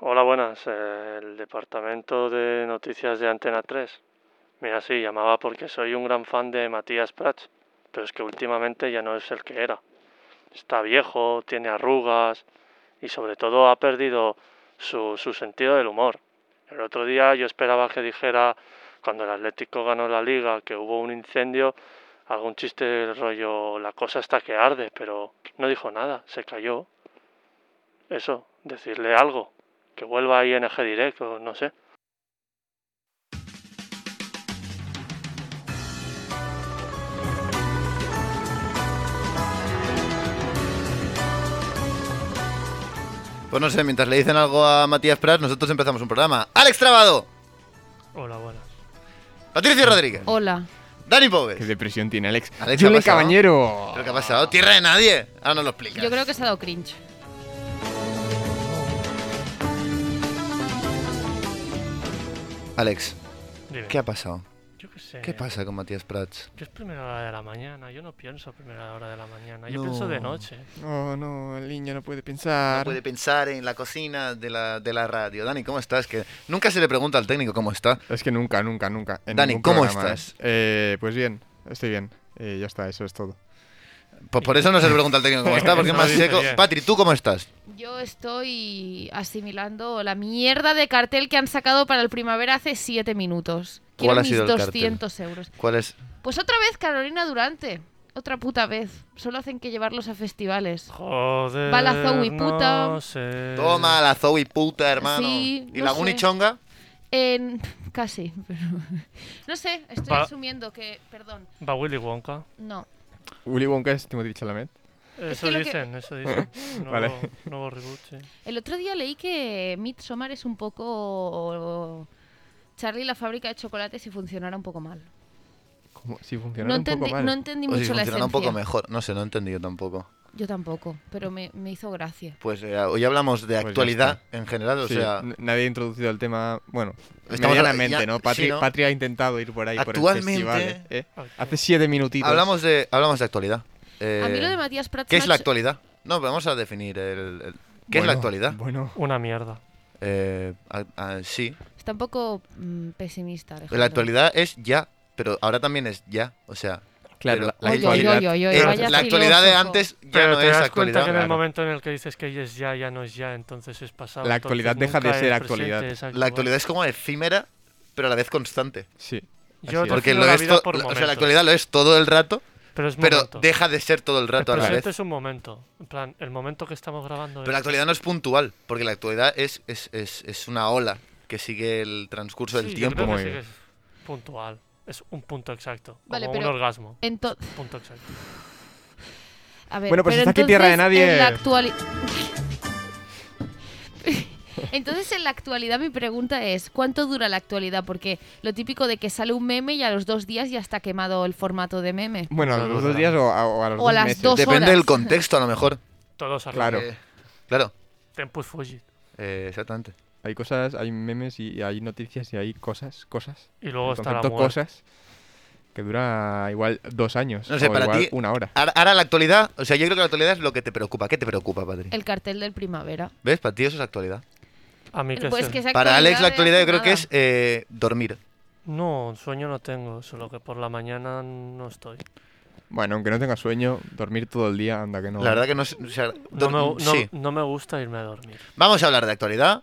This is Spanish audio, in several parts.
Hola, buenas. eh, El departamento de noticias de Antena 3. Mira, sí, llamaba porque soy un gran fan de Matías Prats, pero es que últimamente ya no es el que era. Está viejo, tiene arrugas y sobre todo ha perdido su, su sentido del humor. El otro día yo esperaba que dijera, cuando el Atlético ganó la liga, que hubo un incendio, algún chiste del rollo, la cosa está que arde, pero no dijo nada, se cayó. Eso, decirle algo que vuelva a ING Direct o no sé. Pues no sé, mientras le dicen algo a Matías Prats, nosotros empezamos un programa. Alex Trabado, Hola, buenas. Patricio Rodríguez, Hola. Dani Qué Poves, depresión tiene Alex. Alex, ¿qué ha Julen pasado? Cabañero. ¿Pero qué ha pasado? ¿Tierra de nadie? Ahora nos lo explicas. Yo creo que se ha dado cringe. Alex, Dime. ¿qué ha pasado? Yo qué sé. ¿Qué Eh. pasa con Matías Prats? Yo es primera hora de la mañana, yo no pienso a primera hora de la mañana, yo No. pienso de noche. Oh, no, el niño no puede Ah. No pensar. puede pensar en la cocina de la, de la radio. Dani, ¿cómo estás? Que nunca se le pregunta al técnico cómo está. Es que nunca, nunca, nunca. en Dani, ningún ¿cómo programa, estás? ¿eh? Eh, pues bien, estoy bien. Eh, ya está, eso es todo. Pues por eso no se le pregunta al técnico cómo está, porque es Eso más dice seco. bien. Patri, ¿tú cómo estás? Yo estoy asimilando la mierda de cartel que han sacado para el primavera hace siete minutos. Quiero ¿Cuál ha mis sido el cartel? 200 euros. ¿Cuál es? Pues otra vez Carolina Durante. Otra puta vez. Solo hacen que llevarlos a festivales. Joder. Balazo y puta. No Eh. sé. Toma, la Zoe puta, hermano. Sí, ¿Y no la sé. Unichonga? En... Casi, pero... No sé, estoy Va- asumiendo que... Perdón, Va Willy Wonka. no. Willy Wonka es Timothy Chalamet. Eso que lo que- dicen, eso dicen. Nuevo, Vale. nuevo reboot, sí. El otro día leí que Midsommar es un poco... Charlie y la fábrica de chocolates y funcionara un poco mal. ¿Cómo? Sí, funciona No un poco entendí, mal. no entendí O si mucho la funcionara esencia. un poco mejor. No sé, no he entendido tampoco. Yo tampoco, pero me, me hizo gracia. Pues eh, hoy hablamos de Pues ya actualidad en general, o Sí, sea, n- nadie ha introducido el tema. Bueno, Estamos medianamente, ya- ¿no? sí, Patri, ¿no? Patri ha intentado ir por ahí Actualmente- por el festival. ¿eh? Hace siete minutitos. hablamos de hablamos de actualidad. Eh, a mí lo de Matías Prats... ¿Qué me es ha la hecho- actualidad? No, vamos a definir el, el- ¿Qué es la Bueno, actualidad? Bueno, Una mierda. Eh, a- a- sí, Está un poco mm, pesimista, Alejandro. la actualidad es ya, pero ahora también es ya, o sea, claro, la, la Oy, oy, oy, actualidad. oy, oy, eh, vaya la actualidad de filósofo. antes ya Pero no te es das actualidad. cuenta que en el claro. momento en el que dices que ya es ya, ya no es ya, entonces es pasado. La actualidad entonces deja de nunca ser es actualidad. presente, exacto. La actualidad es como efímera, pero a la vez constante. Sí. Yo así es. te- Porque Defino lo la es vida to- por o sea, momentos. la actualidad lo es todo el rato, Pero es pero momento. deja de ser todo el El rato a la vez. presente es un momento. En plan, el momento que estamos grabando es Pero la actualidad no es puntual, porque la actualidad es, es, es, es una ola que sigue el transcurso del Sí, yo tiempo. creo que Muy sí que bien. es puntual. Es un punto exacto. Vale, como pero- un orgasmo. Ento- Punto exacto. a ver, Bueno, pues pero está aquí tierra de entonces, en nadie. la actuali- entonces, en la actualidad mi pregunta es, ¿cuánto dura la actualidad? Porque lo típico de que sale un meme y a los dos días ya está quemado el formato de meme. Bueno, a No los dura. dos días o a, o a los O dos a las meses. dos. Depende horas. del contexto, a lo mejor. Todos arriba. Claro. Eh, claro, Tempus fugit. eh, exactamente. Hay cosas, hay memes y hay noticias y hay cosas, cosas. Y luego el está la concepto muerte. cosas que dura igual dos años. No sé, o para igual ti- Una hora. Ahora, ahora la actualidad, o sea, yo creo que la actualidad es lo que te preocupa. ¿Qué te preocupa, Patri? El cartel del primavera. ¿Ves? Para ti eso es actualidad. A mí que Pues se- que esa Para Alex la de actualidad yo hace creo que nada. es eh, dormir. No, sueño no tengo, solo que por la mañana no estoy. Bueno, aunque no tenga sueño, dormir todo el día, anda que no. La verdad que no es... o sea, No dor- me, no- Sí. no me gusta irme a dormir. Vamos a hablar de actualidad,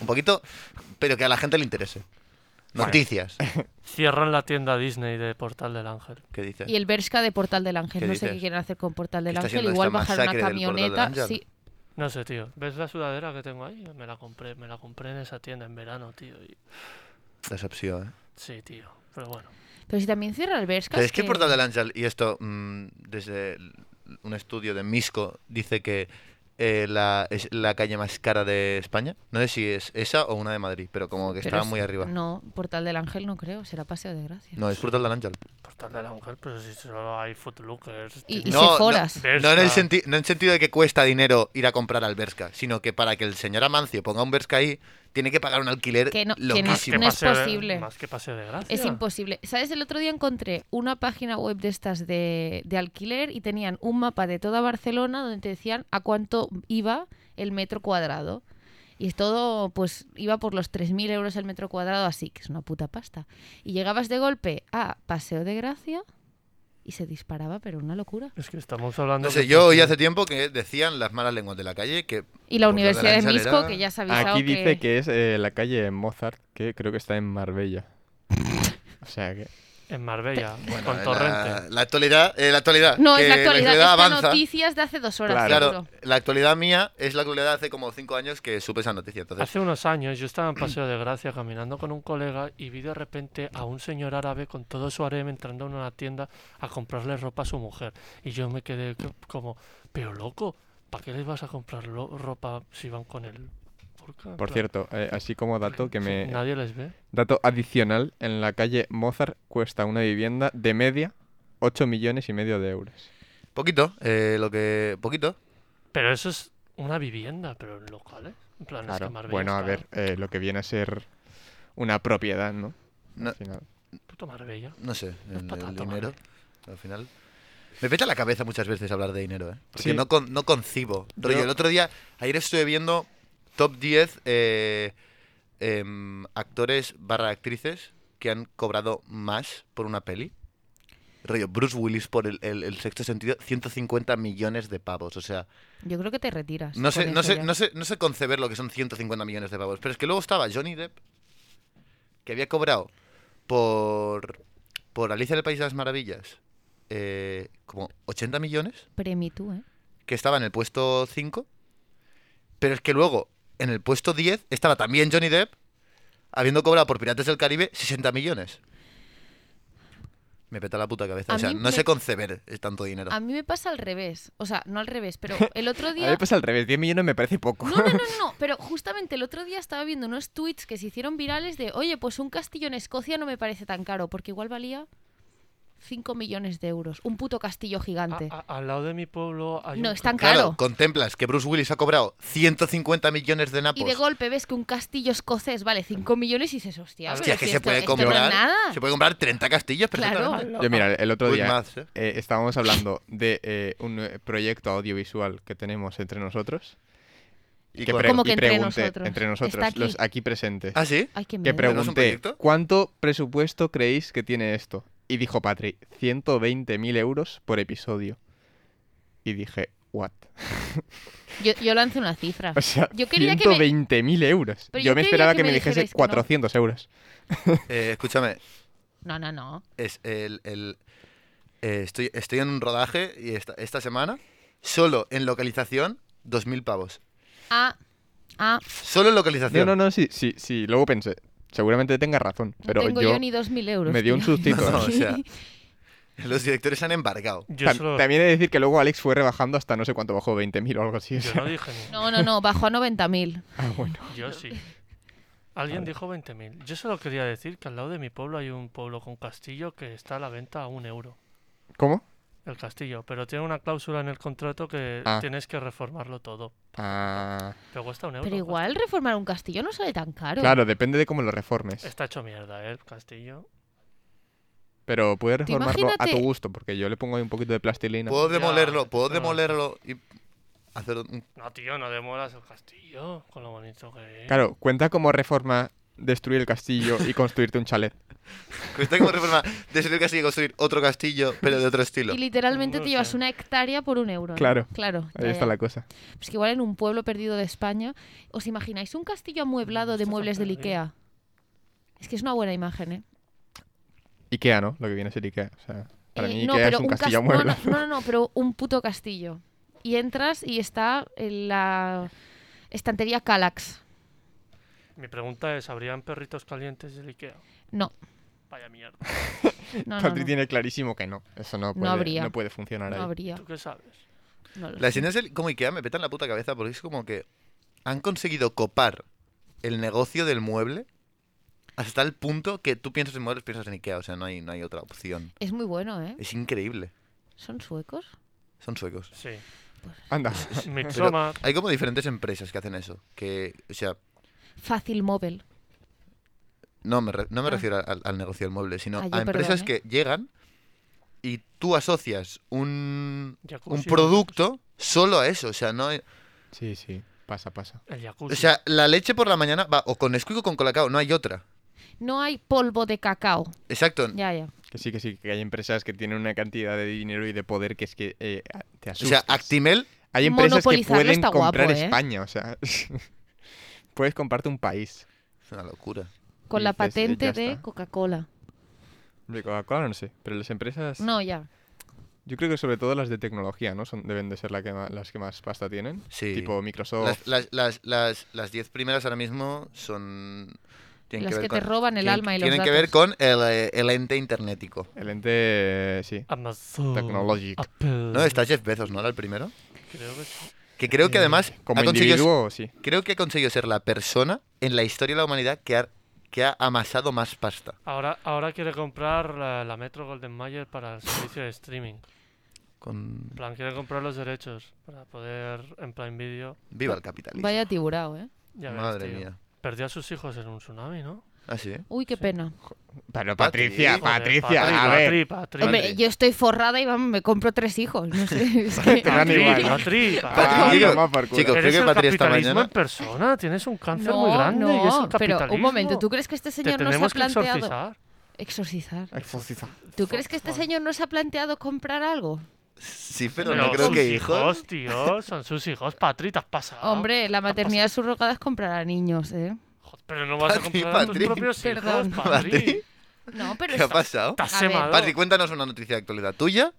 un poquito, pero que a la gente le interese. Noticias. Cierran la tienda Disney de Portal del Ángel. ¿Qué dices? Y el Bershka de Portal del Ángel. ¿Qué No dices? sé qué quieren hacer con Portal del ¿Qué está Ángel. haciendo Igual esta bajar una masacre del Portal del camioneta. Ángel? Sí. No sé, tío. ¿Ves la sudadera que tengo ahí? Me la compré, me la compré en esa tienda en verano, tío. y- Decepción, ¿eh? Sí, tío. Pero bueno. Pero si también cierra el Bershka. Pero es es que el Portal del Ángel, y esto mm, desde el- un estudio de Misco, dice que eh, la, es la calle más cara de España. No sé si es esa o una de Madrid, pero como que Pero estaba es- muy arriba. No, No, Portal del Ángel no creo. Será Paseo de Gracia. es Portal del Ángel. Portal del Ángel, pero si solo hay Footlookers. Y, tiendas- y No, no. Sephoras. No en, el Bershka. senti- no en sentido de que cuesta dinero ir a comprar al Berska, sino que para que el señor Amancio ponga un Berska ahí, tiene que pagar un alquiler Que no- que no- Más que loquísimo. no es Paseo de- posible. Más que pase de gracia. Es imposible. ¿Sabes? El otro día encontré una página web de estas de, de alquiler y tenían un mapa de toda Barcelona donde te decían a cuánto iba el metro cuadrado. Y es todo, pues iba por los 3.000 euros el metro cuadrado, así que es una puta pasta. Y llegabas de golpe a Paseo de Gracia y se disparaba, pero una locura. Es que estamos hablando. No sé, que- yo oí hace tiempo que decían las malas lenguas de la calle que Y la Por lo de la Universidad de Chalera- Misco, que ya se ha avisado Aquí dice que es eh, la calle Mozart, que creo que está en Marbella. o sea que. En Marbella, bueno, con en Torrente. la, la actualidad, eh, la actualidad, No, es que la actualidad. Esta avanza. noticia es de hace dos horas, Claro, seguro. la actualidad mía es la actualidad de hace como cinco años que supe esa noticia. Entonces, Hace unos años yo estaba en Paseo de Gracia caminando con un colega y vi de repente a un señor árabe con todo su harem entrando en una tienda a comprarle ropa a su mujer. Y yo me quedé co- como, pero loco, ¿para qué les vas a comprar lo- ropa si van con él? Por cierto, eh, así como dato que me. Nadie les ve. Dato adicional, en la calle Mozart cuesta una vivienda de media 8 millones y medio de euros. poquito, eh, lo que. Poquito. Pero eso es una vivienda, pero en locales. En plan, es que Claro. Marbella Bueno, a está- ver, eh, lo que viene a ser una propiedad, ¿no? No. Al final. Puto Marbella. No sé, es el, patata, el dinero. Al final. Me peta la cabeza muchas veces hablar de dinero, ¿eh? Porque Sí. no, con- no concibo. Rollo, Yo- el otro día, ayer estuve viendo top 10 eh, em, actores barra actrices que han cobrado más por una peli. Rollo, Bruce Willis por el, el- el sexto sentido, 150 millones de pavos. O sea, Yo creo que te retiras. no sé, con no, eso sé, ya. no, sé, no sé conceber lo que son 150 millones de pavos. Pero es que luego estaba Johnny Depp, que había cobrado por, por Alicia del País de las Maravillas eh, como 80 millones, Premi tú, ¿eh? que estaba en el puesto 5. Pero es que luego, en el puesto 10, estaba también Johnny Depp, habiendo cobrado por Pirates del Caribe 60 millones. Me peta la puta cabeza. A o sea, mí no me- sé conceber eh, tanto dinero. A mí me pasa al revés. O sea, no al revés, pero el otro A mí día... me pasa al revés, 10 millones me parece poco. No, no, no, no, no, pero justamente el otro día estaba viendo unos tweets que se hicieron virales de, oye, pues un castillo en Escocia no me parece tan caro, porque igual valía 5 millones de euros. Un puto castillo A- Ah, gigante. a- al lado de mi pueblo hay no, un es tan Claro, caro. contemplas que Bruce Willis ha cobrado 150 millones de napos. Y de golpe ves que un castillo escocés vale 5 millones y dices, hostia, Hostia, pero es que si se esto- puede esto no es comprar. nada. Se puede comprar 30 castillos Claro. perfectamente. Yo mira, el otro Good día maths, eh. eh, estábamos hablando de eh, un eh, proyecto audiovisual que tenemos entre nosotros. Y que con- pre- ¿Cómo que y entre pregunté, nosotros? entre nosotros, Está aquí. los aquí presentes. Ah, sí. Ay, qué que miedo. ¿Tenemos un pregunté, proyecto? ¿cuánto presupuesto creéis que tiene esto? Y dijo Patri, 120.000 euros por episodio. Y dije, ¿what? Yo, yo lanzo una cifra. O sea, Yo quería que me- 120.000 euros. Pero yo yo me quería esperaba que que me me dijese dijerais que no. 400 euros. Eh, escúchame, No, no, no. es el, el- eh, estoy, estoy en un rodaje y esta, esta semana, solo en localización, 2.000 pavos. Ah, ah, Solo en No, localización. no, no, sí, sí, sí. Luego pensé, seguramente tenga razón. Pero no tengo yo, yo, ni 2.000 euros. me dio un tío. sustito. No, o sea, los directores se han embarcado. Yo, Tam- solo- También he de decir que luego Alex fue rebajando hasta no sé cuánto bajó, 20.000 o algo así. o yo sea. no dije ni- No, no, no, bajó a 90.000. Ah, bueno. Yo sí. Alguien dijo 20.000. Yo solo quería decir que al lado de mi pueblo hay un pueblo con castillo que está a la venta a un euro. ¿Cómo? El castillo. Pero tiene una cláusula en el contrato que Ah. tienes que reformarlo todo. Ah, Pero cuesta un euro. Pero cuesta- igual reformar un castillo no sale tan caro. claro, depende de cómo lo reformes. Está hecho mierda, ¿eh? El castillo. Pero puedes Tú reformarlo a tu imagínate- gusto, porque yo le pongo ahí un poquito de plastilina. Puedo Ya, demolerlo, puedo no. demolerlo y hacer un... No, tío, no demoras el castillo. Con lo bonito que es. Claro, cuenta como reforma destruir el castillo y construirte un chalet. Cuesta como reforma de ser casi construir otro castillo, pero de otro estilo. Y literalmente No te llevas sé. una hectárea por un euro. ¿no? Claro. Claro. Ahí ya, está ya. la cosa. Pues que igual en un pueblo perdido de España, ¿os imagináis un castillo amueblado de Está tan muebles del perdido. Ikea? Es que es una buena imagen, ¿eh? Ikea, ¿no? Lo que viene a ser Ikea. O sea, para Eh, mí no, Ikea es pero un castillo cas- no, amueblado. No, no, no, no, pero un puto castillo. Y entras y está en la estantería Calax. Mi pregunta es, ¿habrían perritos calientes del Ikea? No, Vaya mierda. no, no, Patri no, tiene clarísimo que no. Eso no puede, habría. no puede funcionar no ahí. habría. ¿Tú qué sabes? no lo Las sé. escenas del- como Ikea me petan la puta cabeza porque es como que han conseguido copar el negocio del mueble hasta el punto que tú piensas en muebles, piensas en Ikea. O sea, no hay, no hay otra opción. Es muy bueno, ¿eh? Es increíble. ¿Son suecos? Son suecos. Sí. Anda. Midsommar. Hay como diferentes empresas que hacen eso. Que, o sea, Fácil móvil. no me, re- no me Ah. refiero al, al negocio del mueble, sino Ah, yo, a empresas perdón, que llegan y tú asocias un, un jacuzzi, producto solo a eso. O sea, no hay- Sí, sí. Pasa, pasa. El O jacuzzi. sea, la leche por la mañana va o con Nesquik o con Colacao, no hay otra. No hay polvo de cacao. Exacto. Ya, ya. Que sí, que sí, que hay empresas que tienen una cantidad de dinero y de poder que es que eh, a- te O sea, asustas. Actimel, hay empresas que Monopolizarlo pueden está guapo, comprar ¿eh? España, o sea, puedes comprarte un país. es una locura. Con la Dices, eh, patente ya de está. Coca-Cola. De Coca-Cola no sé, pero las empresas, No, ya. yo creo que sobre todo las de tecnología, ¿no? Son, deben de ser la que ma- las que más pasta tienen. Sí. Tipo Microsoft. Las 10 las, las, las, las diez primeras ahora mismo son... Tienen Las ver que con- te roban el tienen- alma y los Tienen datos. que ver con el, eh, el ente internetico. El ente, eh, sí. Ah, Amazon. Technologic. Apple. ¿No? Está Jeff Bezos, ¿no era el primero? Creo que sí. Que creo que Mm. Eh, además Como ha conseguido, individuo, sí. creo que ha conseguido ser la persona en la historia de la humanidad que ha, que ha amasado más pasta. Ahora, ahora quiere comprar la, la Metro Golden Mayer para el servicio de streaming. Con... En plan, quiere comprar los derechos para poder en Prime Video. Viva el capitalismo. Vaya tiburao, ¿eh? Ya ves, Madre tío. mía. Perdió a sus hijos en un tsunami, ¿no? Así, ¿eh? Uy, qué pena. Pero Patri, Patricia, joder, Ah, Patricia, Patri, a ver. Patri, Patri. Hombre, yo estoy forrada y vamos, me compro tres hijos. No sé. es que- Te dan Patri, igual, ¿no? Patri, Patri, Patri. Ah, digo, toma por culo. chicos, creo Eres que el Patri esta capitalismo mañana. en persona, tienes un cáncer muy No, grande y es el no, pero capitalismo. un momento, ¿tú crees que este Te señor no se ha tenemos que planteado exorcizar. exorcizar? Exorcizar. ¿Tú crees que este Joder. señor no se ha planteado comprar algo? Sí, pero, Pero no creo sus que hijos. tío, son sus hijos. Patri, te has pasado. Hombre, la maternidad surrogada es comprar a niños, ¿eh? Joder, Pero no vas a Patri, comprar a tus Patri. propios Perdón. hijos, Patri. Patri. No, pero ¿Qué ha es pasado? Te has A ver. semado. Patri, cuéntanos una noticia de actualidad tuya.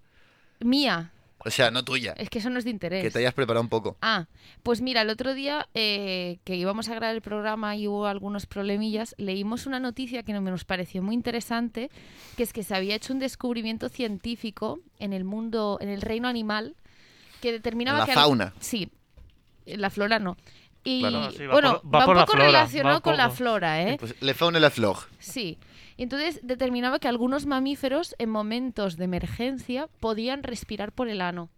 mía. O sea, no tuya. Es que eso no es de interés. Que te hayas preparado un poco. Ah, pues mira, el otro día eh, que íbamos a grabar el programa y hubo algunos problemillas, leímos una noticia que no- nos pareció muy interesante, que es que se había hecho un descubrimiento científico en el mundo, en el reino animal, que determinaba La que... al- fauna. Sí, en la flora no. Y Claro. No, sí, va bueno, por- va va por un la poco flora, va relacionado un con la poco. flora, ¿eh? Pues le fauna y la flog. Sí. Entonces determinaba que algunos mamíferos en momentos de emergencia podían respirar por el ano.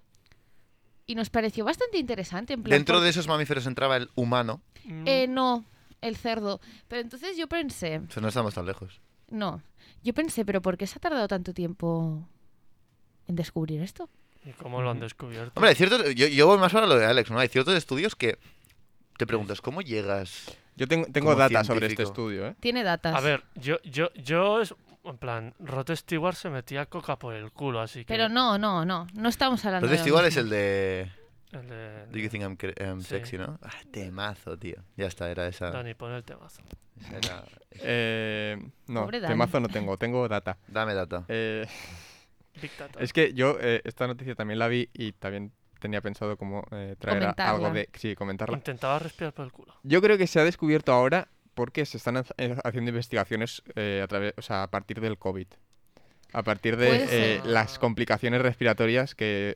Y nos pareció bastante interesante. En plan, Dentro ¿por de esos mamíferos entraba el humano. Mm, eh, no, el cerdo. Pero entonces yo pensé, O sea, no estamos tan lejos. no, yo pensé, pero ¿por qué se ha tardado tanto tiempo en descubrir esto? ¿Y cómo lo han descubierto? Hombre, hay ciertos, yo, yo voy más para lo de Alex, ¿no? Hay ciertos estudios que te preguntas, ¿cómo llegas? Yo tengo, tengo Como data sobre este científico. estudio, ¿eh? Tiene datas. A ver, yo, yo, yo es. En plan, Rod Stewart se metía coca por el culo, así que. pero no, no, no, no estamos hablando Entonces, de... igual es el de el de- Do You Think I'm, cre- I'm Sí. Sexy, ¿no? Ah, temazo, tío. Ya está, era esa. Dani, pon el temazo. esa era- Eh, no, Pobre Dani. temazo no tengo, tengo data. Dame data. Eh, Big Data. es que yo eh, esta noticia también la vi y también tenía pensado como eh, traer a- algo Comentarla. de... Sí, comentarla. Intentaba respirar por el culo. Yo creo que se ha descubierto ahora porque se están haz- eh, haciendo investigaciones eh, a, través, o sea, a partir del COVID. A partir Puede de eh, ser. las complicaciones respiratorias que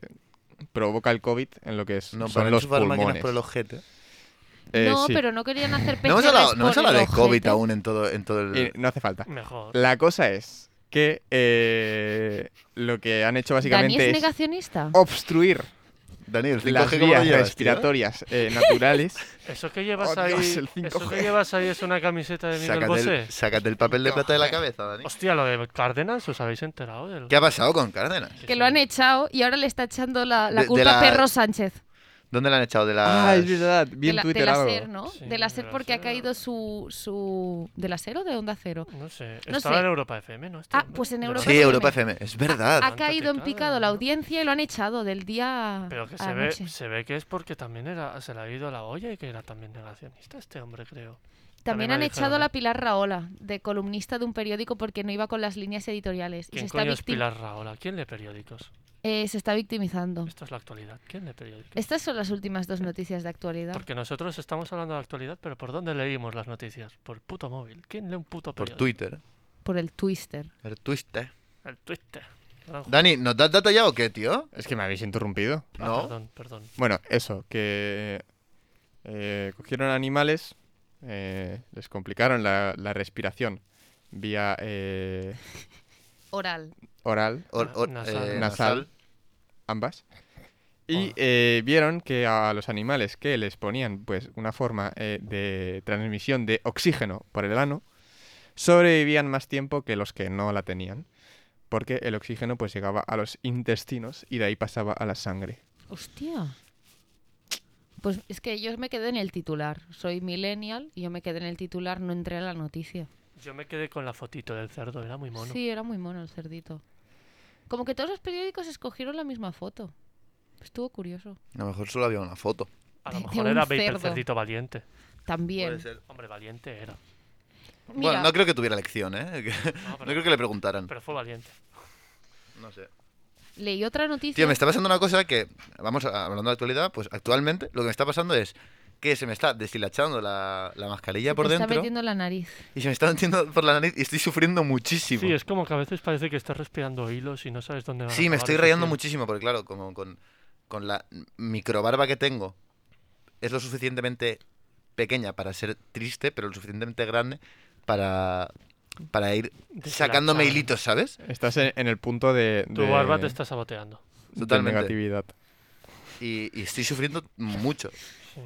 provoca el COVID en lo que es- No, para son los enchufar máquinas pulmones. por el ojete. Eh, no, sí. pero no querían hacer ¿eh? No hemos PCR hablado, no hemos por el hablado de ojete. COVID aún en todo, en todo el... Eh, no hace falta. Mejor. La cosa es que eh, lo que han hecho ¿Dani básicamente es es negacionista? Oh, obstruir Daniel, 5G, las ¿cómo lo vías llevas, respiratorias eh, naturales. Eso que llevas Oh, ahí. Dios, el Eso 5G. que llevas ahí es una camiseta de tío? Miguel Sácate Bosé. el, sácate el papel de plata de la cabeza, Dani. Hostia, lo de Cárdenas, ¿os habéis enterado? Del... ¿Qué ha pasado con Cárdenas? Que lo han echado y ahora le está echando la, De- la de culpa la- a Perro Sánchez. ¿Dónde la han echado? De la... ah, es verdad. De Bien la, de Twitter la algo. SER, ¿no? Sí, de la de SER la porque ha SER. caído su, su... ¿De la SER o de Onda Cero? No sé. No Estaba sé. en Europa FM, ¿no? Este Ah, hombre. pues en De Europa Ah, Sí, verdad. Europa FM. Es verdad. ha Tanto caído en picado, picado la ¿no? audiencia y lo han echado del día Pero que a se la ve, noche. se ve que es porque también era, se le ha ido la olla y que era también negacionista este hombre, creo. También me han dijeron, echado a ¿eh? la Pilar Raola, de columnista de un periódico porque no iba con las líneas editoriales. Y Este, se ¿Quién está, coño es victim- Pilar Raola? ¿Quién lee periódicos? eh, se está victimizando. Esta es la actualidad. ¿Quién lee periódicos? Estas son las últimas ¿Eh? dos noticias de actualidad. Porque nosotros estamos hablando de la actualidad, pero ¿por dónde leímos las noticias? Por el puto móvil. ¿Quién lee un puto Por periódico? Twitter. Por el twister. El Twitter. El Twitter. Gran ju- Dani, ¿nos das data ya o qué, tío? Es que me habéis interrumpido. Ah, No. Perdón, perdón. Bueno, eso, que eh, cogieron animales, eh, les complicaron la, la respiración vía eh, Oral. oral, Or- or- Nasal. eh, Nasal. ambas, y Wow. eh, vieron que a los animales que les ponían pues una forma eh, de transmisión de oxígeno por el ano, sobrevivían más tiempo que los que no la tenían, porque el oxígeno pues llegaba a los intestinos y de ahí pasaba a la sangre. Hostia. Pues es que yo me quedé en el titular. Soy millennial y yo me quedé en el titular, no entré a la noticia. Yo me quedé con la fotito del cerdo, era muy mono. Sí, era muy mono el cerdito. Como que todos los periódicos escogieron la misma foto. Estuvo curioso. A lo mejor solo había una foto. A lo De- de mejor un era Vape el cerdo. cerdito valiente. También. Hombre, valiente era. Mm. Mira, Bueno, no creo que tuviera lección, ¿eh? No, No pero- creo que le preguntaran. Pero fue valiente. No sé. leí otra noticia. Tío, me está pasando una cosa que, vamos a- hablando de actualidad, pues actualmente lo que me está pasando es que se me está deshilachando la, la Se mascarilla te por está dentro metiendo en la nariz. y se me está metiendo por la nariz y estoy sufriendo muchísimo. Sí, es como que a veces parece que estás respirando hilos y no sabes dónde va. Sí, me estoy rayando muchísimo, porque claro, como con, con la microbarba que tengo, es lo suficientemente pequeña para ser triste, pero lo suficientemente grande para, para ir sacándome Deshilachando. hilitos, ¿sabes? Estás en, en el punto de, Tu de- barba te está saboteando. de Totalmente. negatividad. Y, y estoy sufriendo mucho. Sí.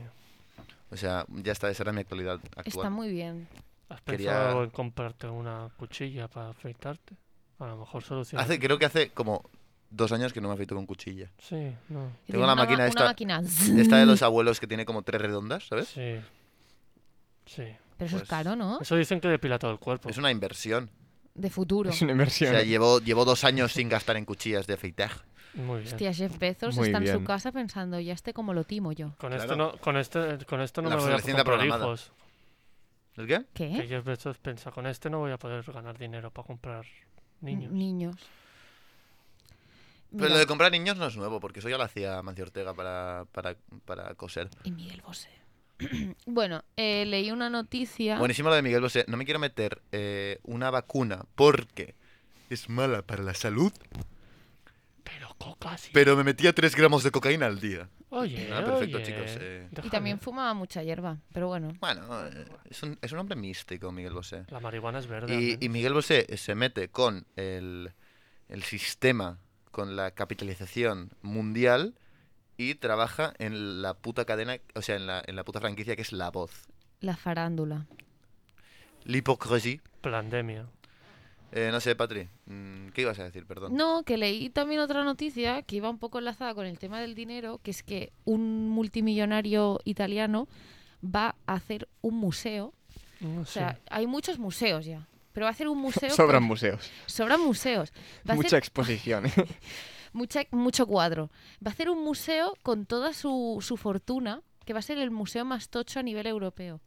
O sea, ya está, esa era mi actualidad Está actual. muy bien. ¿Has Quería- pensado en comprarte una cuchilla para afeitarte? A lo mejor soluciona. Hace, creo que hace como dos años que no me afeito con cuchilla. Sí, no. Y Tengo tiene la una ma- máquina una esta- máquina. Esta de los abuelos que tiene como tres redondas, ¿sabes? Sí. Sí. Pero eso Pues- es caro, ¿no? Eso dicen que depila todo el cuerpo. Es una inversión. De futuro. Es una O inversión. sea, llevo, llevo dos años sin gastar en cuchillas de afeitar. Muy bien. Hostia, Jeff Bezos Muy está en bien. su casa pensando, ya este como lo timo yo. Con, Claro. esto no, con, este, con esto no La me voy a obsolescencia comprar programada. hijos. ¿El qué? Que ¿Qué? Jeff Bezos piensa, con este no voy a poder ganar dinero para comprar niños. Niños. Pero Mira, lo de comprar niños no es nuevo, porque eso ya lo hacía Mancio Ortega para, para, para coser. Y Miguel Bosé. bueno, eh, leí una noticia. Buenísimo lo de Miguel Bosé. No me quiero meter eh, una vacuna porque es mala para la salud, mm. Pero coca sí. pero me metía 3 gramos de cocaína al día. Oye, Ah, perfecto, oye, chicos, eh. déjame. y también fumaba mucha hierba, pero bueno. Bueno, eh, es un, es un hombre místico, Miguel Bosé. La marihuana es verde. al menos. Y, y Miguel Bosé se mete con el, el sistema, con la capitalización mundial y trabaja en la puta cadena, o sea, en la, en la puta franquicia que es La Voz. La farándula. L'hypocrisie. Plandemia. Eh, no sé, Patri, mm, ¿qué ibas a decir? Perdón. No, que leí también otra noticia que iba un poco enlazada con el tema del dinero, que es que un multimillonario italiano va a hacer un museo. No O sea, hay muchos museos ya, pero va a hacer un museo. Sobran con- museos. sobran museos. Va a Mucha hacer exposición. mucha- mucho cuadro. Va a hacer un museo con toda su, su fortuna, que va a ser el museo más tocho a nivel europeo.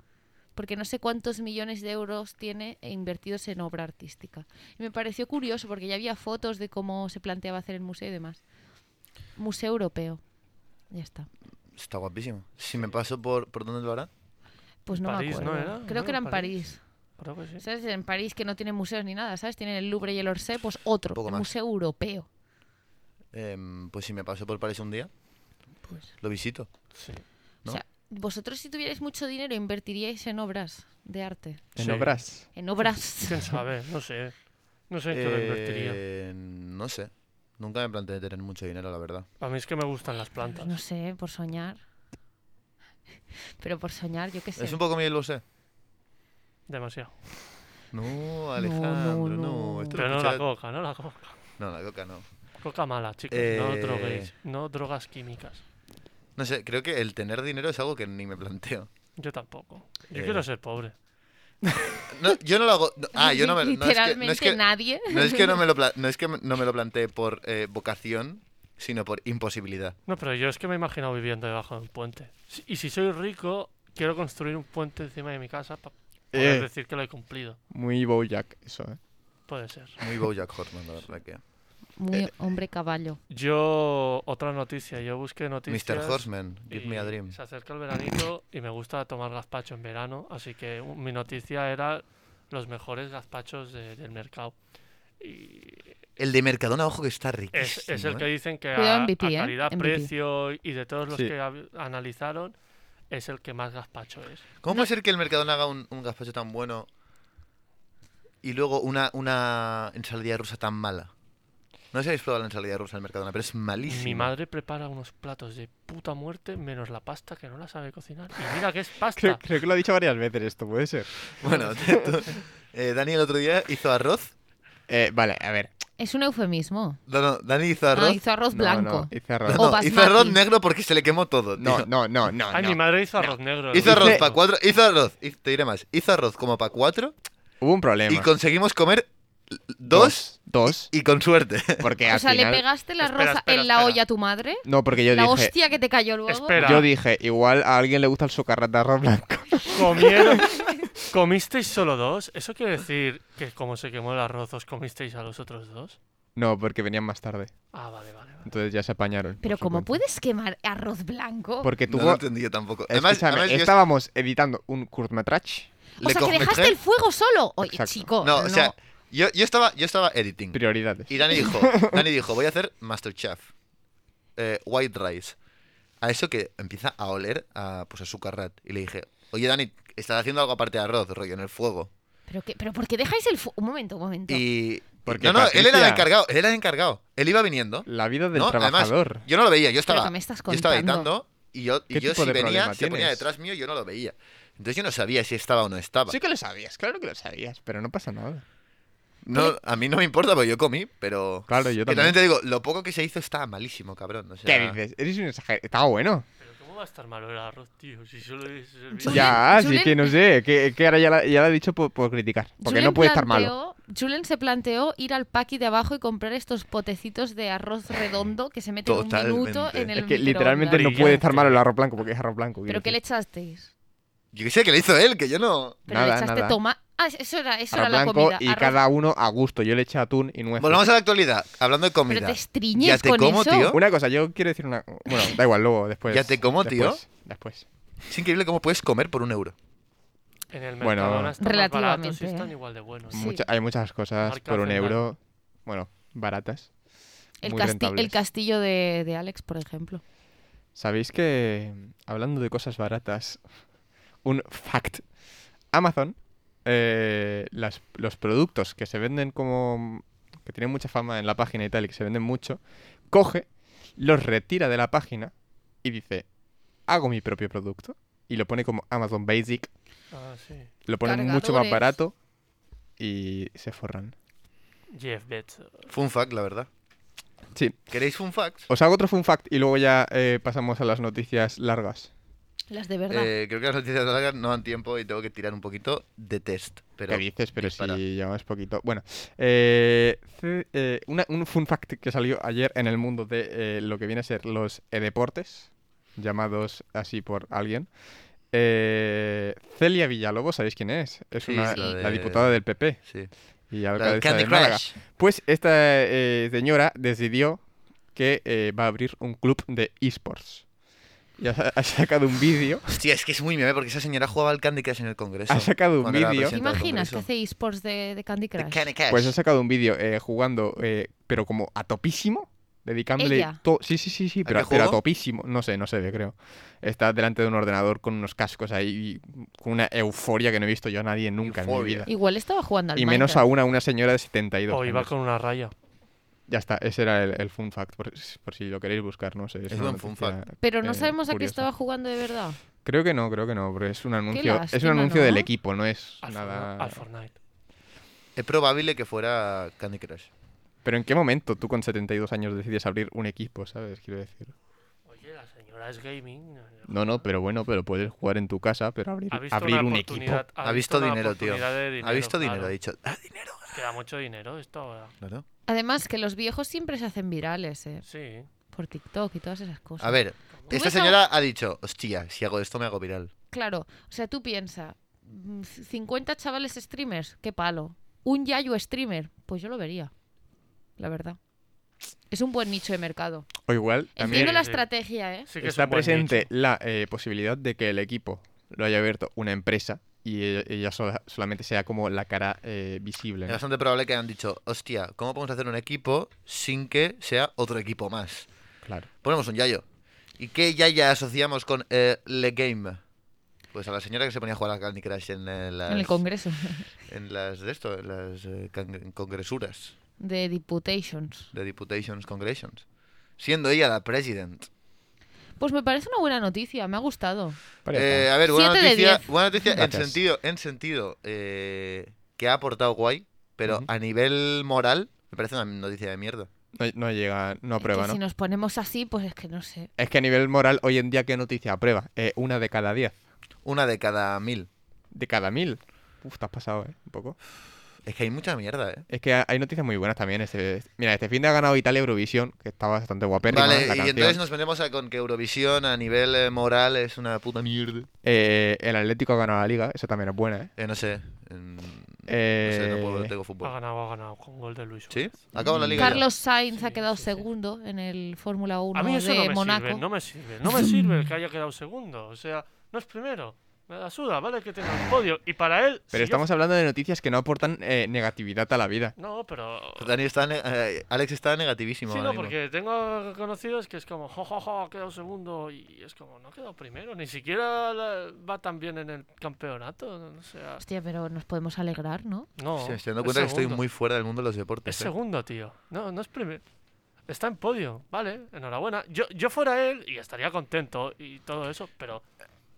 Porque no sé cuántos millones de euros tiene invertidos en obra artística. Y me pareció curioso porque ya había fotos de cómo se planteaba hacer el museo y demás. Museo europeo. Ya está. Está guapísimo. Si me paso por, por dónde lo hará. Pues no París, me ¿no acuerdo. era? Creo ¿No que era era en París. Creo que sí. ¿Sabes? En París que no tienen museos ni nada, ¿sabes? Tienen el Louvre y el Orsay, pues otro. Poco el más. Museo Europeo. Em, pues si me paso por París un día, Pues. lo visito. Sí. ¿no? O sea, vosotros si tuvierais mucho dinero invertiríais en obras de arte. En Sí. obras. En obras. ¿Quién sabe? No sé. No sé en qué lo invertiría. Eh, no sé. Nunca me planteé tener mucho dinero, la verdad. A mí es que me gustan las plantas. No sé, por soñar. Pero por soñar, yo qué sé. Es un poco Miguel Bosé. Demasiado. No, Alejandro, no. no, no. Esto lo Pero no escucha- la coca, no la coca. No, la coca no. Coca mala, chicos. No Eh, droguéis. No drogas químicas. No sé, creo que el tener dinero es algo que ni me planteo. Yo tampoco. Yo Eh. quiero ser pobre. No, yo no lo hago. no- ah, yo no me no es que- Literalmente no es que, nadie. no es que no me lo pla- no es que me- no me lo planteé por eh, vocación, sino por imposibilidad. No, pero yo es que me he imaginado viviendo debajo de un puente. Si- Y si soy rico, quiero construir un puente encima de mi casa para poder Eh. decir que lo he cumplido. Muy Bojack, eso, ¿eh? Puede ser. Muy Bojack Horseman, la verdad que. Muy hombre caballo. Yo, otra noticia. Yo busqué noticias. Mr. Horseman, give me a y dream. Se acerca el veranito y me gusta tomar gazpacho en verano, así que u- mi noticia era los mejores gazpachos de- del mercado. Y El de Mercadona, ojo que está riquísimo. es, es el que ¿eh? dicen que Cuidado, a, MVP, a ¿eh? calidad, MVP. precio y de todos los Sí. que hab- analizaron, es el que más gazpacho es. ¿Cómo puede ser que el Mercadona haga un, un gazpacho tan bueno y luego una, una ensaladilla rusa tan mala? No sé si habéis probado la ensaladilla rusa del Mercadona, pero es malísima. Mi madre prepara unos platos de puta muerte, menos la pasta que no la sabe cocinar. Y mira que es pasta. Creo, creo que lo he dicho varias veces esto, puede ser. Bueno, tú- eh, Dani el otro día hizo arroz. Eh, vale, a ver. Es un eufemismo. No, no, Dani hizo Ah, arroz. hizo arroz No, blanco. No, hice No, arroz. no, o hizo basmati. arroz negro porque se le quemó todo. tío. No, no, no, no. Ay, no. mi madre hizo arroz negro. Hizo ¿no? arroz para cuatro. Hizo arroz. hiz- Te diré más. Hizo arroz como para cuatro Hubo un y problema. conseguimos comer l- dos Dos. y con suerte. Porque O al sea, final... ¿le pegaste la Espera, roza espera, en la espera. olla a tu madre? No, porque yo la dije... hostia que te cayó luego. Espera. Yo dije, igual a alguien le gusta el socarrat de arroz blanco. Comieron- ¿Comisteis solo dos? ¿Eso quiere decir que como se quemó el arroz os comisteis a los otros dos? No, porque venían más tarde. Ah, vale, vale. vale. Entonces ya se apañaron. Pero por ¿cómo supuesto. puedes quemar arroz blanco? Porque No tuvo... lo entendí yo tampoco. Además, Escúchame, además yo- estábamos editando un curtmetrach. o le sea, que cogí- dejaste el fuego solo. Oye, Exacto. chico. No, o sea, yo, yo estaba, yo estaba editing. Prioridades. Y Dani dijo, Dani dijo, voy a hacer Masterchef. Eh, white rice. A eso que empieza a oler a, pues, a sucarrat. Y le dije, oye Dani, estás haciendo algo aparte de arroz, rollo en el fuego. ¿Pero, qué, pero ¿por qué dejáis el fuego? Un momento, un momento. Y... Porque no, no, él era Patricia- el encargado, él era el encargado. Él iba viniendo. La vida del ¿no? Además, trabajador. yo no lo veía, yo ¿Pero estaba, qué me estás yo estaba contando? editando y yo, y ¿Qué yo tipo si de venía, problema se ponía tienes? detrás mío, yo no lo veía. Entonces yo no sabía si estaba o no estaba. Sí que lo sabías, claro que lo sabías, pero no pasa nada. No, a mí no me importa porque yo comí, pero... ¿Eh? Claro, yo Que también. también te digo, lo poco que se hizo estaba malísimo, cabrón. o sea- ¿Qué dices? Eres un exagerado. Estaba bueno. Pero ¿cómo va a estar malo el arroz, tío? Si solo es... Julen- Ya, sí Julen- que no sé. Que, que ahora ya la, ya la he dicho por, por criticar. Porque Julen no puede estar malo. planteó- Julen se planteó ir al paqui de abajo y comprar estos potecitos de arroz redondo que se meten un Totalmente. minuto en el Es que literalmente no microondas. puede estar Brillante. malo el arroz blanco porque es arroz blanco. ¿Pero quiero qué le decir. echasteis? Yo qué sé, que le hizo él, que yo no... Pero le Nada, echaste nada. toma... Ah, eso era, eso era Arroz la blanco comida. y arroz- cada uno a gusto. Yo le eché atún y nueces. Volvamos a la actualidad, hablando de Pero comida. te estriñes Ya te con como, eso. tío. Una cosa, yo quiero decir una. Bueno, da igual, luego, después. Ya te como, tío. después, Después. Es increíble cómo puedes comer por un euro. En el Bueno, Mercadona están más baratos Relativamente, y están ¿eh? igual de buenos. Sí. Mucha- hay muchas cosas Marca por un Fernández. euro. Bueno, baratas. El, muy casti- el rentables. castillo de, de Alex, por ejemplo. ¿Sabéis que, hablando de cosas baratas, un fact? Amazon, eh, las- los productos que se venden como... que tienen mucha fama en la página y tal, y que se venden mucho, coge, los retira de la página y dice, hago mi propio producto. Y lo pone como Amazon Basic, Ah, sí. lo ponen mucho más Cargadores. barato y se forran. Jeff Bezos. Fun fact, la verdad. Sí. ¿Queréis fun facts? Os hago otro fun fact y luego ya eh, pasamos a las noticias largas. Las de verdad. Eh, creo que las noticias largas no dan tiempo y tengo que tirar un poquito de test. Pero ¿Qué dices? Pero dispara. si llevamos poquito. Bueno, eh, c- eh, una- un fun fact que salió ayer en el mundo de eh, lo que viene a ser los e-deportes, llamados así por alguien. Eh, Celia Villalobos, ¿sabéis quién es? Es Sí, una- sí. la, la de- diputada del PP Sí. y La alcaldesa del Candy de Málaga. Crush. Pues esta eh, señora decidió que eh, va a abrir un club de esports. Y ha, ha sacado un vídeo. Hostia, es que es muy meme porque esa señora jugaba al Candy Crush en el Congreso. Ha sacado un cuando era vídeo. ¿Te presidenta del imaginas que Congreso. hace esports de, de Candy Crush? The Candy Crush. Pues ha sacado un vídeo eh, jugando, eh, pero como a topísimo, dedicándole ¿Ella? todo. Sí, sí, sí, sí, pero, qué pero a juego? topísimo. No sé, no sé, yo creo. Está delante de un ordenador con unos cascos ahí, y con una euforia que no he visto yo a nadie nunca Euforia. en mi vida. Igual estaba jugando al Y menos Minecraft. aún a una señora de 72. O iba años. con una raya. Pues Ya está, ese era el, el fun fact, por, por si lo queréis buscar, no sé. Es una buen fun noticia, Pero no eh, sabemos a qué curiosa. estaba jugando de verdad. Creo que no, creo que no, porque es un anuncio, es un lástima, anuncio ¿no? del equipo, no es Al, nada... Fortnite- al Fortnite. Es probable que fuera Candy Crush. Pero ¿en qué momento tú con 72 años decides abrir un equipo, sabes? Quiero decir... Oye, la señora es gaming. No, no, pero bueno, pero puedes jugar en tu casa, pero abrir, Ha visto abrir una un equipo. oportunidad- Ha visto una dinero, tío. oportunidad de ha visto claro. dinero, ha dicho. Ah, dinero. Queda mucho dinero esto ahora. Claro. Además, que los viejos siempre se hacen virales, ¿eh? Sí. Por TikTok y todas esas cosas. A ver, ¿Tú esta ves a- señora ha dicho, hostia, si hago esto me hago viral. Claro, o sea, tú piensas, 50 chavales streamers, qué palo. Un Yayo streamer, pues yo lo vería, la verdad. Es un buen nicho de mercado. O igual también Entiendo la sí. estrategia, ¿eh? sí que es está un buen presente nicho. la eh, posibilidad de que el equipo lo haya abierto una empresa y ella, ella sola- solamente sea como la cara eh, visible. Es ¿no? bastante probable que hayan dicho, hostia, ¿cómo podemos hacer un equipo sin que sea otro equipo más? Claro. Ponemos un yayo. ¿Y qué yaya asociamos con eh, Le Game? Pues a la señora que se ponía a jugar a Candy Crush en, eh, las, En el Congreso en las de esto, en las eh, can- congresuras de Diputations. de Deputations Congressions. Siendo ella la president. Pues me parece una buena noticia, me ha gustado. Vale, Eh, está. a ver, buena Siete de noticia, diez. buena noticia en Gracias. sentido, en sentido eh, que ha aportado guay, pero Ujú. a nivel moral Me parece una noticia de mierda. No, no llega, Es no que aprueba, ¿no? Si nos ponemos así, pues es que no sé. Es que a nivel moral, hoy en día, ¿qué noticia aprueba? Eh, una de cada diez. Una de cada mil. De cada mil. Uf, te has pasado, ¿eh? Un poco. Es que hay mucha mierda, ¿eh. Es que ha- hay noticias muy buenas también. Este, mira, este fin de ha ganado Italia Eurovisión, que estaba bastante guapérrima vale, la y canción. entonces nos metemos a con que Eurovisión a nivel eh, moral es una puta mierda. Eh, el Atlético ha ganado la Liga, eso también es buena, ¿eh? Eh, no sé. mm, Eh, Mm, No sé, no puedo, no tengo Ha fútbol. ganado, ha ganado con gol de Luis. ¿Sí? Suárez. Acaba la liga. ya. Carlos Sainz ha Sí, quedado sí, sí. segundo en el Fórmula 1 A mí eso de no me Monaco. sirve, no me sirve, no me sirve el que haya quedado segundo. O sea, no es primero. Me la suda, vale que tenga un podio. Y para él. si Pero yo- estamos hablando de noticias que no aportan eh, negatividad a la vida. No, pero. Dani está ne- eh, Alex está negativísimo. Sí, ahora no, mismo. porque tengo conocidos que es como, jojojo, ha quedado segundo y es como, no ha quedado primero, ni siquiera la- va tan bien en el campeonato, no no sé. a- Hostia, pero nos podemos alegrar, ¿no? No, Sí, me estoy dando es cuenta que estoy segundo. muy fuera del mundo de los deportes. Es ¿eh? segundo, tío. No, no es primero. Está en podio, vale, enhorabuena. Yo, yo fuera él y estaría contento y todo eso, pero...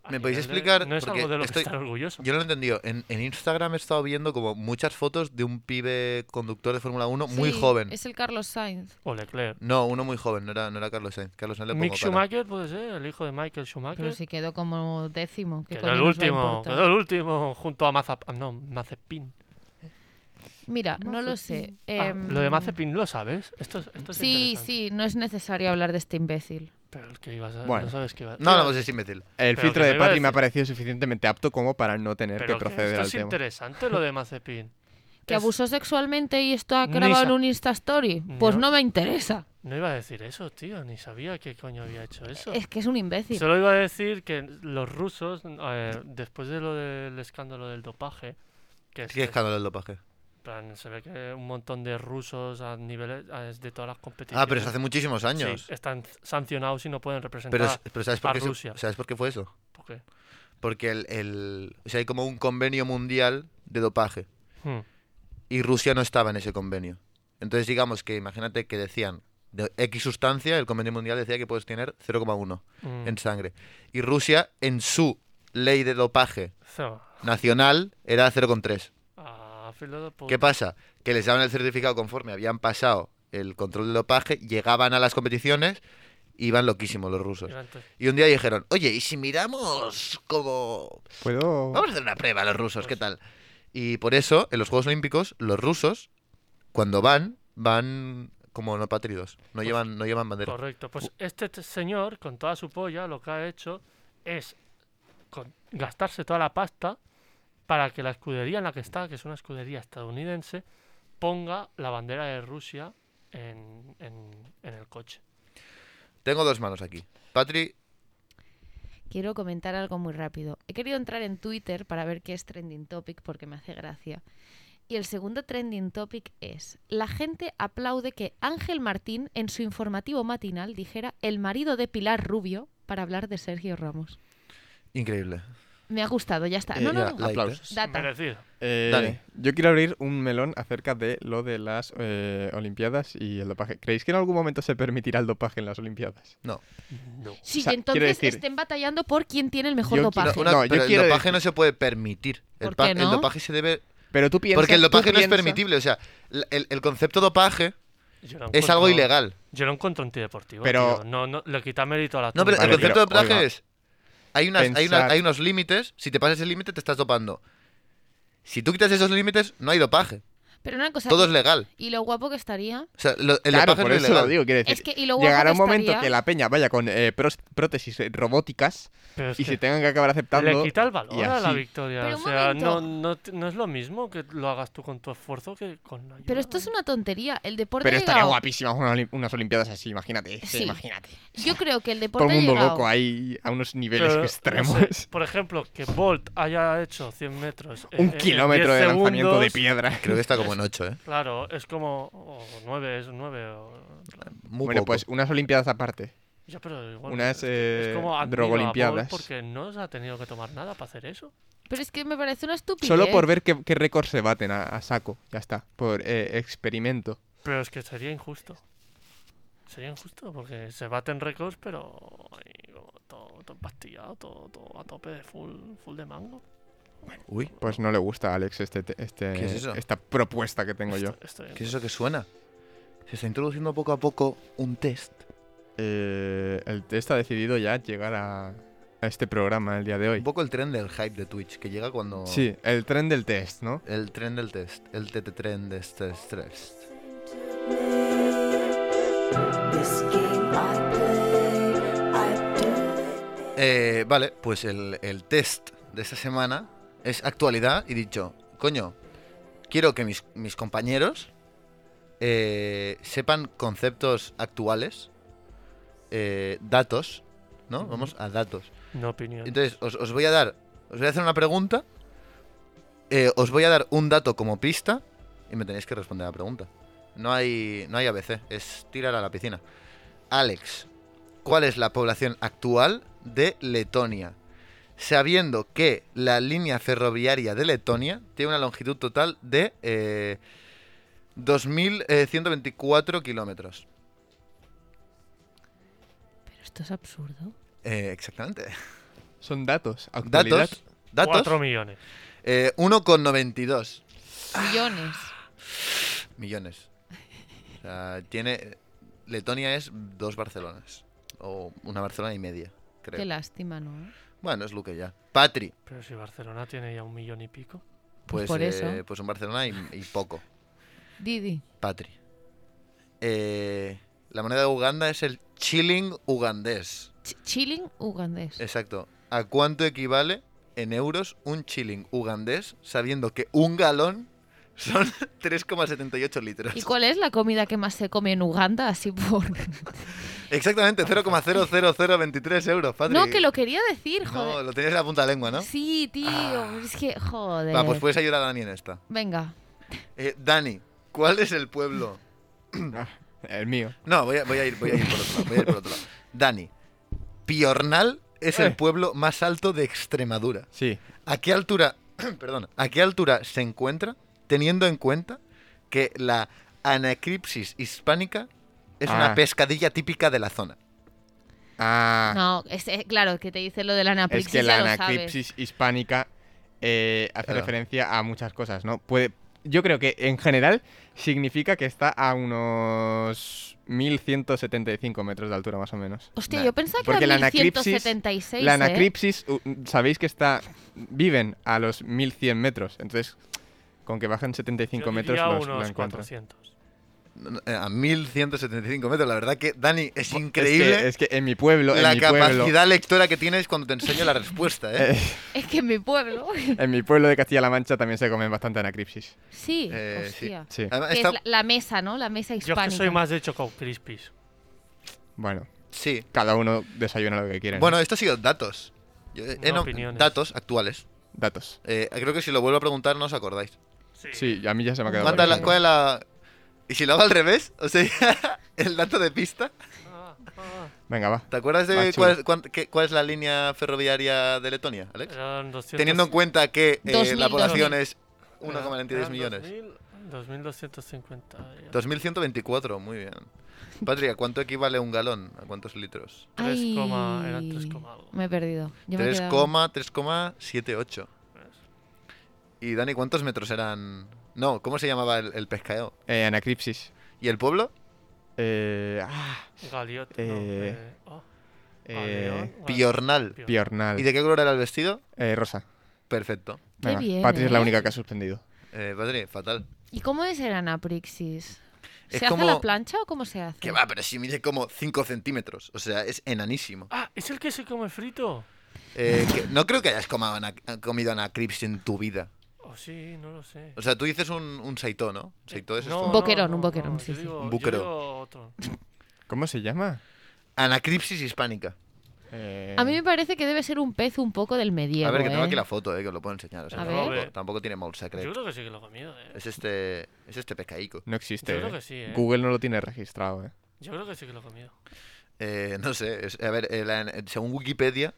a ¿Me nivel podéis de- explicar? No es Porque algo de lo estoy- que estar orgulloso. Yo no lo he entendido. En, en Instagram he estado viendo como muchas fotos de un pibe conductor de Fórmula 1 muy Sí, joven. Es el Carlos Sainz. O Leclerc. No, uno muy joven, no era, no era Carlos Sainz. Carlos Sainz le pongo Mick cara. Schumacher puede ser, el hijo de Michael Pero Schumacher. si quedó como décimo. ¿qué Quedó coño el nos va a último, importar? quedó el último junto a Mazap... No, Mazepin. Mira, no lo sé. Ah, em, lo de Mazepin lo sabes. Esto, es- esto es Sí, interesante. sí, no es necesario hablar de este imbécil. Pero el que ibas a. Bueno. No sabes qué iba a No, no, pues es imbécil. El Pero filtro que de me iba a Patri me ha decir- parecido suficientemente apto como para no tener Pero que que proceder esto al es tema. interesante lo de Mazepin. ¿Que Es- abusó sexualmente y esto ha Ni grabado en sa- un Insta Story? Pues No. no me interesa. No iba a decir eso, tío. Ni sabía qué coño había hecho eso. Es que es un imbécil. Solo iba a decir que los rusos, eh, después de lo del escándalo del dopaje, que Qué escándalo el dopaje. en plan, se ve que un montón de rusos a niveles a- de todas las competiciones Ah, pero eso hace muchísimos años. sí, están sancionados y no pueden representar. pero, pero ¿sabes, por a qué eso- Rusia. ¿sabes por qué fue eso? ¿Por qué? Porque el, el- o sea, hay como un convenio mundial de dopaje Hmm. y Rusia no estaba en ese convenio. Entonces digamos que imagínate que decían de X sustancia, el convenio mundial decía que puedes tener 0,1 Mm. en sangre. Y Rusia en su ley de dopaje So, nacional era 0,3. a pues, filo de ¿Qué puta. pasa? Que les daban el certificado conforme habían pasado el control de dopaje, llegaban a las competiciones, iban loquísimos los rusos. Gigantes. Y un día dijeron, oye, ¿y si miramos como... ¿Puedo...? Vamos a hacer una prueba a los rusos, ¿qué tal? Y por eso, en los Juegos Olímpicos, los rusos, cuando van, van como no patridos, no llevan, no llevan bandera. Correcto. Pues este t- señor, con toda su polla, lo que ha hecho es con- gastarse toda la pasta para que la escudería en la que está, que es una escudería estadounidense, ponga la bandera de Rusia en, en- en el coche. Tengo dos manos aquí. Patri, Quiero comentar algo muy rápido. He querido entrar en Twitter para ver qué es trending topic porque me hace gracia. Y el segundo trending topic es, la gente aplaude que Ángel Martín en su informativo matinal dijera el marido de Pilar Rubio para hablar de Sergio Ramos. increíble. Me ha gustado, ya está. Eh, No, no, ya, no. like, Aplausos. ¿eh? Data. Merecido. Eh, Dale. Yo quiero abrir un melón acerca de lo de las eh, Olimpiadas y el dopaje. ¿Creéis que en algún momento se permitirá el dopaje en las Olimpiadas? No. No. Sí, O sea, y entonces quiero decir- estén batallando por quién tiene el mejor Yo No, dopaje. quiero- una- No, yo pero el quiero dopaje decir- no se puede permitir. El, ¿Por pa- qué el no? dopaje se debe... Pero tú piensas... Porque el tú dopaje no es piensas- permitible, o sea, la- el, el concepto dopaje Yo lo es algo encuentro- ilegal. Yo lo encuentro antideportivo. Pero- Pero. No, no, le quita mérito a la No, tumba. pero el Vale, concepto de pero, dopaje oiga. es. Hay, unas, hay, unas- Pensad. hay unos límites. Si te pasas el límite, te estás dopando. Si tú quitas esos límites, no hay dopaje. Pero una cosa, Todo es legal. y lo guapo que estaría... O sea, lo- el Claro, dopaje por no es eso legal. lo digo. Quiero decir, Es que, y lo guapo llegará que un momento estaría- que la peña vaya con eh, pros- prótesis eh, robóticas Pero es y que se tengan que acabar aceptando... Le quita el valor y a la así. victoria. Pero o un sea, no, momento. no, t- no es lo mismo que lo hagas tú con tu esfuerzo que con la ayuda. Pero esto es una tontería. El deporte Pero ha estaría llegado- guapísimas unas, olim- unas Olimpiadas así, imagínate. eh, Sí. Imagínate. Yo creo que el Todo deporte el mundo ha llegado... loco ahí a unos niveles Pero, no extremos. sé, por ejemplo, que Bolt haya hecho 100 metros. en- Un en- en kilómetro 10 de lanzamiento de segundos, piedra. Creo que está como en 8, ¿eh? Claro, es como. O 9, es 9. O, Muy bueno, poco. pues unas Olimpiadas aparte. ya, pero igual. Unas, es que eh, es como admiro a drogolimpiadas. Bolt porque no se ha tenido que tomar nada para hacer eso. Pero es que me parece una estupidez. Solo por ver qué, qué récords se baten a, a saco. Ya está. Por eh, experimento. Pero es que sería injusto. Sería injusto porque se baten récords, pero. ahí como todo, todo empastillado, todo, todo a tope de full, full de mango. Uy, Pues no le gusta a Alex este, te- este, ¿Qué es eso? esta propuesta que tengo yo. Estoy- estoy en ¿qué es eso que suena? se está introduciendo poco a poco un test. Eh, el test ha decidido ya llegar a, a este programa el día de Un hoy. poco el tren del hype de Twitch, que llega cuando... Sí, el tren del test, ¿no? El tren del test. El TT tren de este test. This game I play, I do it. Eh, vale, pues el, el test de esta semana es actualidad y dicho, coño, quiero que mis, mis compañeros eh, sepan conceptos actuales, eh, datos, ¿no? Vamos a datos. No opinión. Entonces, os, os voy a dar, os voy a hacer una pregunta, eh, os voy a dar un dato como pista y me tenéis que responder a la pregunta. No hay, no hay ABC, es tirar a la piscina. Alex, ¿cuál es la población actual de Letonia? Sabiendo que la línea ferroviaria de Letonia tiene una longitud total de eh, 2.124 kilómetros. Pero esto es absurdo. Eh, exactamente. Son datos. Actualidad. Datos. Datos. 4 millones. eh, 1,92. Millones. Millones. O sea, tiene. Letonia es dos Barcelonas. O una Barcelona y media, Qué creo. lástima, ¿no? Bueno, es lo que ya. Patri, Pero si Barcelona tiene ya un millón y pico. pues, Pues por eh, eso. pues un Barcelona y, y poco. Didi. Patri. Eh, la moneda de Uganda es el shilling ugandés. Ch- chilling ugandés. Exacto. ¿A cuánto equivale en euros un shilling ugandés sabiendo que un galón son 3,78 litros? ¿Y cuál es la comida que más se come en Uganda? Así por. Exactamente, 0,00023 euros, Patri. No, que lo quería decir, No, joder. lo tenías en la punta de la lengua, ¿no? Sí, tío. Ah. Es que, joder. Va, pues puedes ayudar a Dani en esta. Venga. Eh, Dani, ¿cuál es el pueblo? El mío. No, voy a, voy a ir, voy a ir por otro lado. voy a ir por otro lado. Dani, Piornal es Eh. el pueblo más alto de Extremadura. Sí. ¿A qué altura, perdona, a qué altura se encuentra teniendo en cuenta que la anacripsis hispánica es una Ah. pescadilla típica de la zona? Ah. No, es, eh, claro, que te dice lo de la es anacripsis. que la ya lo sabes. anacripsis hispánica eh, hace Claro. referencia a muchas cosas, ¿no? Puede, yo creo que en general significa que está a unos 1175 metros de altura, más o menos. Hostia, Nah, yo pensaba que porque era la anacripsis- 1176. la ¿eh? anacripsis, u- sabéis que está viven a los 1100 metros, entonces con que bajen 75 Yo metros diría los, lo unos encuentran. 400. Eh, A 1175 metros, la verdad que Dani, es Es que- increíble Es que, en mi pueblo, la en mi capacidad pueblo, lectora que tienes cuando te enseño la respuesta, ¿eh? eh, Es que en mi pueblo. en mi pueblo de Castilla-La Mancha también se comen bastante anacripsis. Sí, Eh, sí. hostia. Sí. Además, Que está- es la, la mesa, ¿no? La mesa Yo es hispánica. que soy más de Choco Crispies. Bueno, Sí. cada uno desayuna lo que quiera. ¿no? Bueno, esto ha sido datos. Yo- eh, No no, opiniones. datos actuales. datos. Eh, creo que si lo vuelvo a preguntar no os acordáis. Sí, a mí ya se me ha quedado. ¿Cuánta es la- claro. ¿Cuál es la...? ¿Y si lo hago al revés? O sea, el dato de pista. Ah, ah. Venga, va. ¿Te acuerdas de Va, cuál, chulo. es- cuán- qué- cuál es la línea ferroviaria de Letonia, Alex? Eran 200 Teniendo en cuenta que eh, 2000, la población 2000. es 1,22 Eran millones. 2000, 2250. 2.124, muy bien. Patria, ¿cuánto equivale un galón? ¿A cuántos litros? Tres Ay, coma- eran tres coma algo. Me he perdido. Yo me he 3, quedado- 3,78. Y Dani, ¿cuántos metros eran...? No, ¿cómo se llamaba el, el pescadeo? Eh, anacripsis. ¿Y el pueblo? Eh, ah, Galiot. No, Eh, eh, oh, eh, Galeot, Piornal. Pior- Piornal. ¿Y de qué color era el vestido? Eh, Rosa. Perfecto. Qué Venga, bien, Patri es la ¿eh? única que ha suspendido. Eh, Patri, fatal. ¿Y cómo es el anaprixis? Es ¿Se hace a como- la plancha o cómo se hace? Que va, pero si mide como 5 centímetros. O sea, es enanísimo. Ah, es el que se come frito. Eh, que- no creo que hayas comado ana- comido anacrips en tu vida. Oh, sí, no lo sé. Eh, O sea, tú dices un, un saitó, ¿no? Un saitó es esto. no. Boquerón, un boquerón, sí, yo sí. digo- Un yo buquerón. digo otro. ¿Cómo se llama? Anacripsis hispánica. Eh, A mí me parece que debe ser un pez un poco del medievo. A ver, que tengo ¿eh? aquí la foto, eh, que os lo puedo enseñar. O sea, A ver. tampoco, tampoco tiene molt Yo secret. creo que sí que lo he comido, eh. Es este, es este pescaico. No Yo existe. creo eh. que sí, eh. Google no lo tiene registrado. eh. Yo creo que sí que lo he comido. Eh, no sé, es- a ver, el ana- según Wikipedia,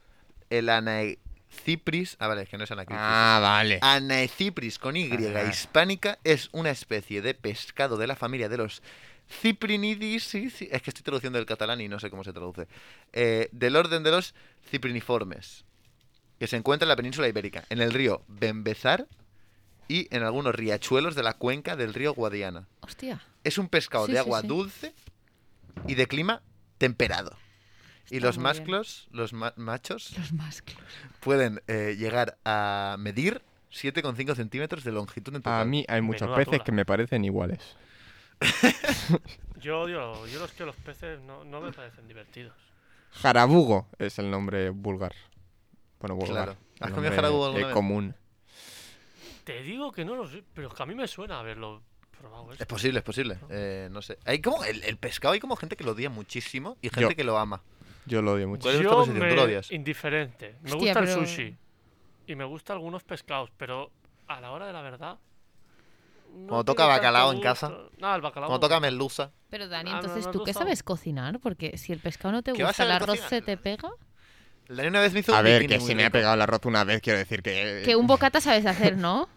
el anaecipris... Ah, vale, es que no es anacripsis. Ah, vale. Anaecipris con Y Ajá. hispánica es una especie de pescado de la familia de los ciprinidis. sí, sí, Es que estoy traduciendo del catalán y no sé cómo se traduce. Eh, del orden de los cipriniformes, que se encuentra en la península ibérica, en el río Bembezar y en algunos riachuelos de la cuenca del río Guadiana. Hostia. Es un pescado Sí, de sí, agua sí. dulce y de clima temperado. y Está los muy bien. masclos, los ma- machos, Los masclos. pueden eh, llegar a medir 7,5 centímetros de longitud en total. A mí hay muchos Menuda peces tula. que me parecen iguales. Yo odio, yo los que los peces no, no me parecen divertidos. Jarabugo es el nombre vulgar. Bueno, vulgar. Claro. el ¿Has comido nombre, jarabugo alguna eh, vez? común. Te digo que no lo sé, pero es que a mí me suena haberlo probado eso. Es posible, es posible. Eh, no sé. Hay como el, el pescado hay como gente que lo odia muchísimo y gente Yo. que lo ama. Yo lo odio mucho. ¿Cuál es vuestra Yo posición? ¿Tú lo me... odias? Indiferente. Me Hostia, gusta el pero- sushi. Y me gusta algunos pescados, pero a la hora de la verdad... no Cuando toca tiene bacalao tanto en casa. gusto. No, el bacalao... Cuando no. toca merluza. Pero Dani, Ah, no, entonces no, tú no qué sabe. sabes cocinar, porque si el pescado no te ¿Qué vas gusta, a el saber arroz se cocinar? te pega. La niña una vez me hizo A un ver, zucchini que muy si me ha rico. pegado el arroz una vez, quiero decir Eh, que. Que un bocata sabes hacer, ¿no?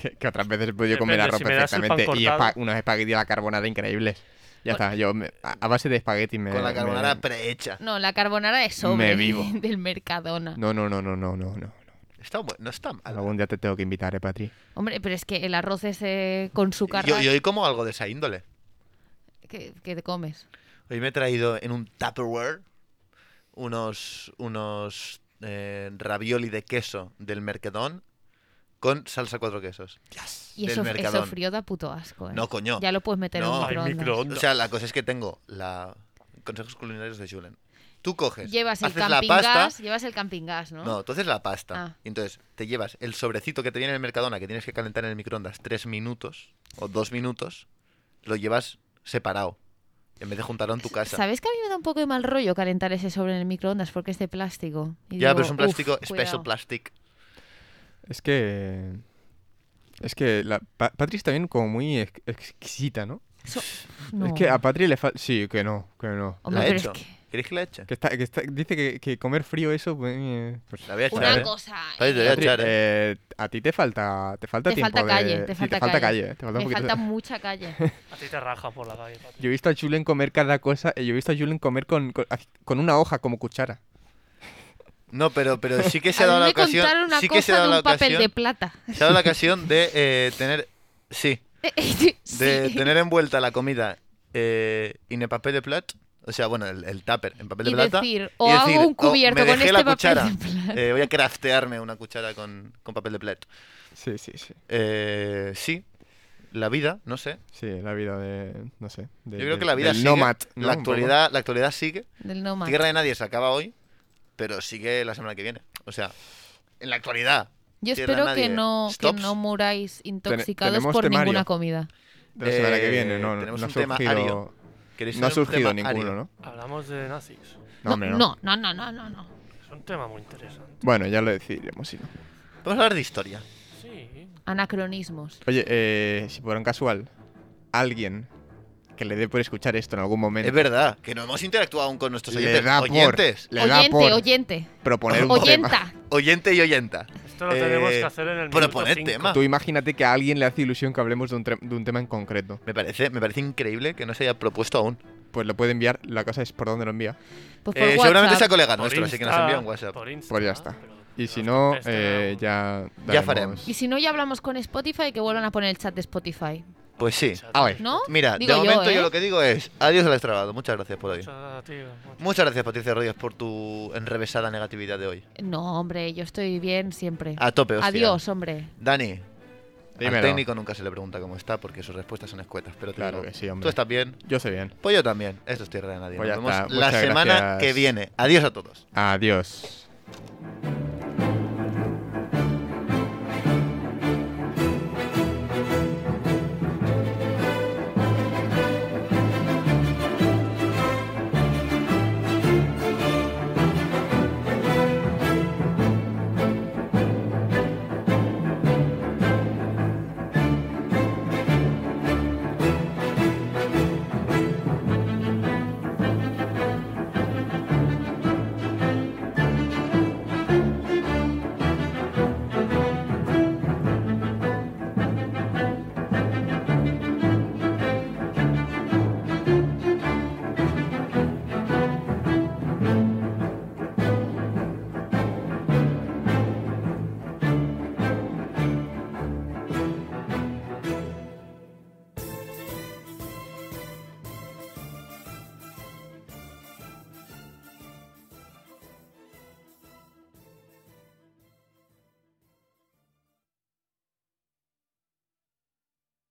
que- que otras veces he podido comer Depende, arroz si me das el pan perfectamente. Y espa- cortado. unos espaguetis a la carbonara increíbles. Ya está, yo me- a a base de espagueti me. Con la me- carbonara prehecha. No, la carbonara es sobre Me vivo. del Mercadona. No, no, no, no, no, no, no. Está bueno, no está mal. Algún día te tengo que invitar, eh, Patri. Hombre, pero es que el arroz ese con su Yo, carne yo hoy como algo de esa índole. que, que te comes. Hoy me he traído en un Tupperware unos, unos eh, ravioli de queso del Mercadón con salsa cuatro quesos. Y Del eso, eso Mercadón. frío da puto asco, ¿eh? No, coño. Ya lo puedes meter No. Ay, en Hay microondas. O microondas. sea, la cosa es que tengo la consejos culinarios de Julen. Tú coges, Llevas el haces la camping pasta, gas, llevas el camping gas, ¿no? No, tú haces la pasta. Ah. Y entonces te llevas el sobrecito que te viene en el Mercadona, que tienes que calentar en el microondas tres minutos o dos minutos, lo llevas separado. En vez de juntarlo en tu casa. ¿Sabes que a mí me da un poco de mal rollo calentar ese sobre en el microondas porque es de plástico? Y Ya, digo, pero es un "Uf, plástico, espeso cuidado". plastic. Es que. Es que la, Pa- Patri está bien como muy ex- exquisita, ¿no? Eso- no. Es que a Patri le falta. Sí, que no, que no. Hombre, ¿La he pero es hecho? que- ¿Queréis que la eche? Que está, que está- dice que, que comer frío eso. pues, eh, pues- La voy a echar. Una ¿eh? cosa. Ay, te voy a eh, Patri, echar, ¿eh? eh, a ti te falta te falta Te tiempo falta de- calle, te sí, falta te falta calle. calle, te falta un me poquito de- falta mucha calle. A ti te raja por la calle. Patri. Yo he visto a Julen comer cada cosa y yo he visto a Julen comer con, con, con una hoja como cuchara. No, pero, pero sí que se a ha dado mí la me ocasión. contaron una Sí que se ha cosa dado de la un papel de ocasión. plata. Se ha dado la ocasión de eh, tener. Sí, Sí. de tener envuelta la comida eh, en el papel de plata. O sea, bueno, el, el tupper en papel de y plata. decir, o y hago decir, un cubierto "Oh, me con dejé este la papel cuchara. de plata. Eh, voy a craftearme una cuchara con, con papel de plata. Sí, sí, sí. Eh, sí, la vida, no sé. Sí, la vida de. No sé. de- Yo creo de- que la vida del sigue. nómad, ¿no? la, Un poco. actualidad, la actualidad sigue. Del no más. Tierra de Nadie se acaba hoy, pero sigue la semana que viene. O sea, en la actualidad. Yo Tierra espero Nadie que no, que Stops. no muráis intoxicados tenemos por temario. ninguna comida. De la semana que Eh, viene, no, no, tenemos no ha un tema surgido, ario. ¿Queréis no ha hacer un surgido tema, Ari? ninguno, ¿no? Hablamos de nazis. No, hombre, no. no, no, no, no, no, no. Es un tema muy interesante. Bueno, ya lo decidiremos, sí. Vamos a hablar de historia. Sí. Anacronismos. Oye, eh, si por un casual, alguien que le dé por escuchar esto en algún momento. Es verdad, que no hemos interactuado aún con nuestros Le oyentes. da por. oyentes. Le da oyente, por oyente. proponer un tema. Oyenta. Oyente y oyenta. Esto lo tenemos Eh, que hacer en el pero minuto poned cinco. tema. Tú imagínate que a alguien le hace ilusión que hablemos de un, tre- de un tema en concreto. Me parece, me parece increíble que no se haya propuesto aún. Pues lo puede enviar, la cosa es por dónde lo envía. Pues por Eh, WhatsApp. seguramente sea colega Por nuestro, así que nos Insta, envía un WhatsApp. por Insta, Pues ya está. pero que Y si nos no, contesten eh, algún- ya. este Ya faremos. Y si no, ya hablamos con Spotify que vuelvan a poner el chat de Spotify. Pues sí. chat. A ver. ¿No? Mira, Digo de momento yo, ¿eh? lo que digo es adiós al extravado. Muchas gracias por hoy. Muchas gracias, tío. Muchas- Muchas gracias, Patricia Rodríguez, por tu enrevesada negatividad de hoy. No, hombre, yo estoy bien siempre. A tope, hostia. Adiós, hombre. Dani, al Dímelo. técnico nunca se le pregunta cómo está porque sus respuestas son escuetas. Pero te Claro digo, que sí, hombre. tú estás bien, Yo sé bien. pues yo también. Esto es tierra de nadie. Pues Nos ya vemos está. la Muchas semana gracias. que viene. Adiós a todos. Adiós.